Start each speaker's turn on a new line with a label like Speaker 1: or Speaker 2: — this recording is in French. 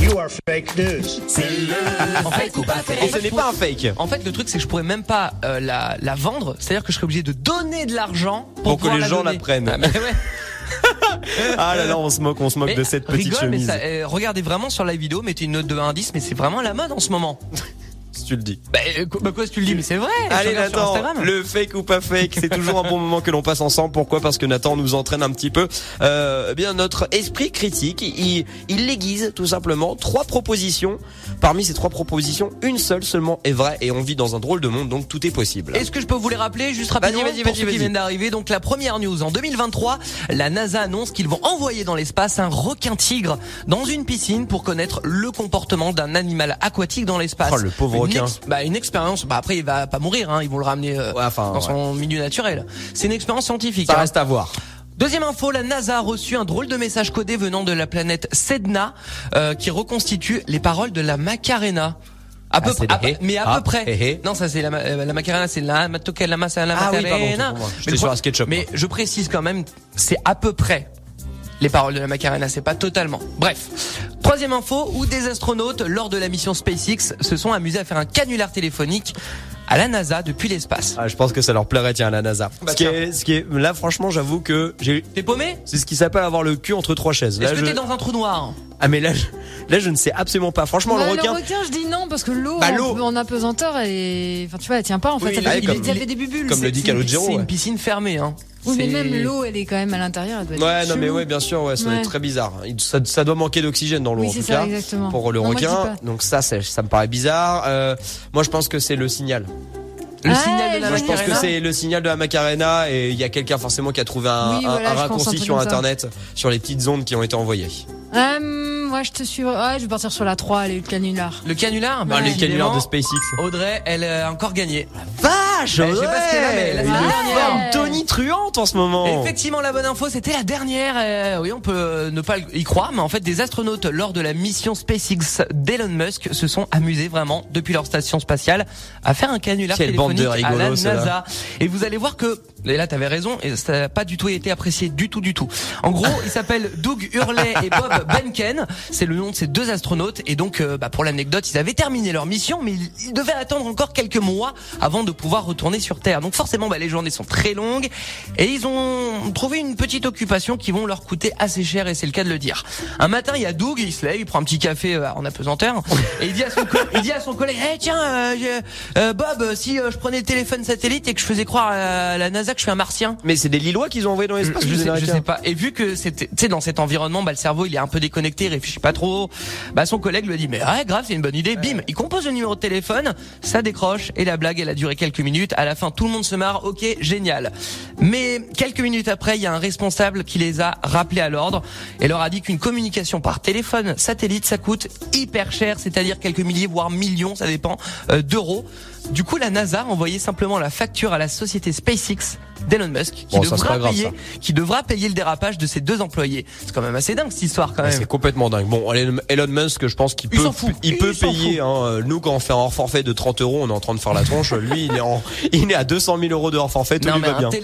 Speaker 1: You are fake news.
Speaker 2: En fait,
Speaker 3: Et ce n'est pas un fake.
Speaker 2: En fait, le truc, c'est que je pourrais même pas euh, la, la vendre. C'est-à-dire que je serais obligé de donner de l'argent pour,
Speaker 3: Pour que
Speaker 2: pouvoir
Speaker 3: les gens
Speaker 2: donner.
Speaker 3: la prennent.
Speaker 2: Ah, mais ouais.
Speaker 3: Ah là là, on se moque, on se moque
Speaker 2: Mais
Speaker 3: de cette petite
Speaker 2: rigole, mais
Speaker 3: chemise.
Speaker 2: ça- euh, regardez vraiment sur la vidéo, mettez une note de 1 à 10, mais c'est vraiment la mode en ce moment.
Speaker 3: Si tu le dis.
Speaker 2: Bah, euh, quoi- bah, quoi, si tu le dis, mais c'est vrai. je
Speaker 3: Allez
Speaker 2: regarde sur
Speaker 3: Nathan,
Speaker 2: Instagram.
Speaker 3: le fake ou pas fake, c'est toujours un bon moment que l'on passe ensemble. Pourquoi Parce que Nathan nous entraîne un petit peu. Euh, eh bien notre esprit critique, il, il l'aiguise tout simplement. Trois propositions. Parmi ces trois propositions, une seule seulement est vraie et on vit dans un drôle de monde, donc tout est possible.
Speaker 2: Est-ce que je peux vous les rappeler juste
Speaker 3: Vas-y,
Speaker 2: rapidement
Speaker 3: vas-y,
Speaker 2: pour
Speaker 3: vas-y,
Speaker 2: ceux qui
Speaker 3: vas-y.
Speaker 2: viennent d'arriver Donc la première news en 2023, la NASA annonce qu'ils vont envoyer dans l'espace un requin tigre dans une piscine pour connaître le comportement d'un animal aquatique dans l'espace.
Speaker 3: Oh, le pauvre
Speaker 2: Une
Speaker 3: requin.
Speaker 2: ex- bah, une expérience. Bah après il va pas mourir, hein, ils vont le ramener euh,
Speaker 3: Ouais, enfin,
Speaker 2: dans
Speaker 3: ouais.
Speaker 2: son milieu naturel. C'est une expérience scientifique.
Speaker 3: Ça
Speaker 2: hein.
Speaker 3: reste à voir.
Speaker 2: Deuxième info, la NASA a reçu un drôle de message codé venant de la planète Sedna euh, qui reconstitue les paroles de la Macarena. À peu
Speaker 3: c'est
Speaker 2: près, à
Speaker 3: des
Speaker 2: peu- mais à
Speaker 3: ah,
Speaker 2: peu près.
Speaker 3: eh, eh.
Speaker 2: Non, ça c'est la, ma- euh, la Macarena, c'est la Matoka, la Massa, la
Speaker 3: Ah oui,
Speaker 2: Macarena.
Speaker 3: pardon, autant pour moi. J'étais
Speaker 2: Mais
Speaker 3: sur
Speaker 2: pro-
Speaker 3: la SketchUp,
Speaker 2: Mais je précise quand même, c'est à peu près. Les paroles de la Macarena, c'est pas totalement. Bref. Troisième info, où des astronautes, lors de la mission SpaceX, se sont amusés à faire un canular téléphonique à la NASA depuis l'espace.
Speaker 3: Ah, je pense que ça leur plairait, tiens, à la NASA.
Speaker 2: Bah,
Speaker 3: ce, qui
Speaker 2: tiens.
Speaker 3: est, ce qui est, là, franchement, j'avoue que j'ai,
Speaker 2: T'es paumé
Speaker 3: c'est ce qui s'appelle avoir le cul entre trois chaises.
Speaker 2: Est-ce
Speaker 3: Là,
Speaker 2: que
Speaker 3: je,
Speaker 2: t'es dans un trou noir
Speaker 3: ah, mais là, je, là, je ne sais absolument pas. Franchement,
Speaker 4: Bah,
Speaker 3: le requin.
Speaker 4: je dis non parce que l'eau
Speaker 3: Bah,
Speaker 4: en-
Speaker 3: l'eau.
Speaker 4: en apesanteur, elle est- enfin, tu vois, elle tient pas en fait.
Speaker 3: Oui,
Speaker 4: elle,
Speaker 3: ouais,
Speaker 4: il-
Speaker 3: comme-
Speaker 4: il y avait des bulles.
Speaker 3: comme
Speaker 4: c'est-
Speaker 3: le dit
Speaker 4: c'est-
Speaker 3: Calogero.
Speaker 2: C'est
Speaker 3: ouais.
Speaker 2: une piscine fermée, hein.
Speaker 4: Oui, mais
Speaker 2: C'est-
Speaker 4: même l'eau, elle est quand même à l'intérieur. Elle doit être
Speaker 3: Ouais, non, mais
Speaker 4: chelou.
Speaker 3: ouais, bien sûr, ouais, ça doit
Speaker 4: Ouais.
Speaker 3: être très bizarre. Il- Ça, ça doit manquer d'oxygène dans l'eau,
Speaker 4: Oui,
Speaker 3: en
Speaker 4: c'est
Speaker 3: tout
Speaker 4: ça,
Speaker 3: cas,
Speaker 4: exactement.
Speaker 3: pour le
Speaker 4: Non, moi, je dis
Speaker 3: requin.
Speaker 4: pas.
Speaker 3: Donc ça, c'est- ça me paraît bizarre. Euh, moi, je pense que c'est le signal.
Speaker 2: Le
Speaker 4: Ah,
Speaker 2: signal de
Speaker 4: elle
Speaker 2: la
Speaker 3: Moi, je pense que
Speaker 2: Macarena.
Speaker 3: c'est le signal de la Macarena et il y a quelqu'un forcément qui a trouvé un,
Speaker 4: Oui,
Speaker 3: un-
Speaker 4: voilà,
Speaker 3: un
Speaker 4: je pense, un
Speaker 3: raccourci
Speaker 4: truc
Speaker 3: sur
Speaker 4: comme ça. Bah,
Speaker 3: Internet, sur les petites ondes qui ont été envoyées. Bah,
Speaker 4: Euh, moi, je te suis. Ouais, je vais partir sur la 3, elle est le canular.
Speaker 2: Le canular
Speaker 4: Ouais.
Speaker 3: Les canulars
Speaker 2: Décidément,
Speaker 3: de SpaceX. Bah,
Speaker 2: Audrey, elle a encore gagné.
Speaker 3: Vache
Speaker 2: Ouais, je sais pas ce qu'elle a, mais la
Speaker 3: ouais.
Speaker 2: semaine
Speaker 3: Une
Speaker 4: dernière.
Speaker 3: forme tonitruante en ce moment
Speaker 2: Effectivement, la bonne info, c'était la dernière. Euh, oui, on peut euh, ne pas y croire, mais en fait, des astronautes lors de la mission SpaceX d'Elon Musk se sont amusés vraiment depuis leur station spatiale à faire un canular
Speaker 3: Quelle bande de
Speaker 2: téléphonique à la
Speaker 3: rigolos, ceux-là.
Speaker 2: NASA. Et vous allez voir que et là, t'avais raison, et ça n'a pas du tout été apprécié du tout, du tout. En gros, ils s'appellent Doug Hurley et Bob Benken. C'est le nom de ces deux astronautes. Et donc, euh, bah, pour l'anecdote, ils avaient terminé leur mission, mais ils, ils devaient attendre encore quelques mois avant de pouvoir retourner sur Terre. Donc, forcément, bah, les journées sont très longues et ils ont trouvé une petite occupation qui vont leur coûter assez cher. Et c'est le cas de le dire. Un matin, il y a Doug, il se lève, il prend un petit café euh, en apesanteur et il dit à son, co- il dit à son collègue, Eh, tiens, euh, je- euh, Bob, euh, si euh, je prenais le téléphone satellite et que je faisais croire à la NASA que je suis un martien.
Speaker 3: Mais c'est des Lillois qu'ils ont envoyés dans l'espace
Speaker 2: Je
Speaker 3: les
Speaker 2: sais, je
Speaker 3: Américains
Speaker 2: sais pas. Et vu que c'était, tu sais, dans cet environnement, bah, le cerveau, il est un peu déconnecté, il réfléchit pas trop. Bah, son collègue lui dit, mais ouais, grave, c'est une bonne idée. Bim, il compose le numéro de téléphone, ça décroche, et la blague, elle a duré quelques minutes. À la fin, tout le monde se marre. Ok, génial. Mais quelques minutes après, il y a un responsable qui les a rappelés à l'ordre et leur a dit qu'une communication par téléphone satellite, ça coûte hyper cher, c'est-à-dire quelques milliers, voire millions, ça dépend, euh, d'euros. Du coup, la NASA a envoyé simplement la facture à la société SpaceX d'Elon Musk qui
Speaker 3: Bon, ça, c'est
Speaker 2: devra
Speaker 3: pas grave,
Speaker 2: payer
Speaker 3: ça.
Speaker 2: qui devra payer le dérapage de ses deux employés. C'est quand même assez dingue cette histoire quand
Speaker 3: Ouais,
Speaker 2: même.
Speaker 3: Ben, C'est complètement dingue. Bon, Elon Elon Musk, je pense qu'il
Speaker 2: Il
Speaker 3: peut,
Speaker 2: s'en fout.
Speaker 3: il
Speaker 2: Il
Speaker 3: peut
Speaker 2: s'en
Speaker 3: payer. hein. Euh, Nous, quand on fait un hors forfait de 30 euros, on est en train de faire la tronche. Lui, il est, en, il est à 200 000 euros de hors forfait. Tout
Speaker 2: Non
Speaker 3: lui
Speaker 2: mais
Speaker 3: va
Speaker 2: un
Speaker 3: bien.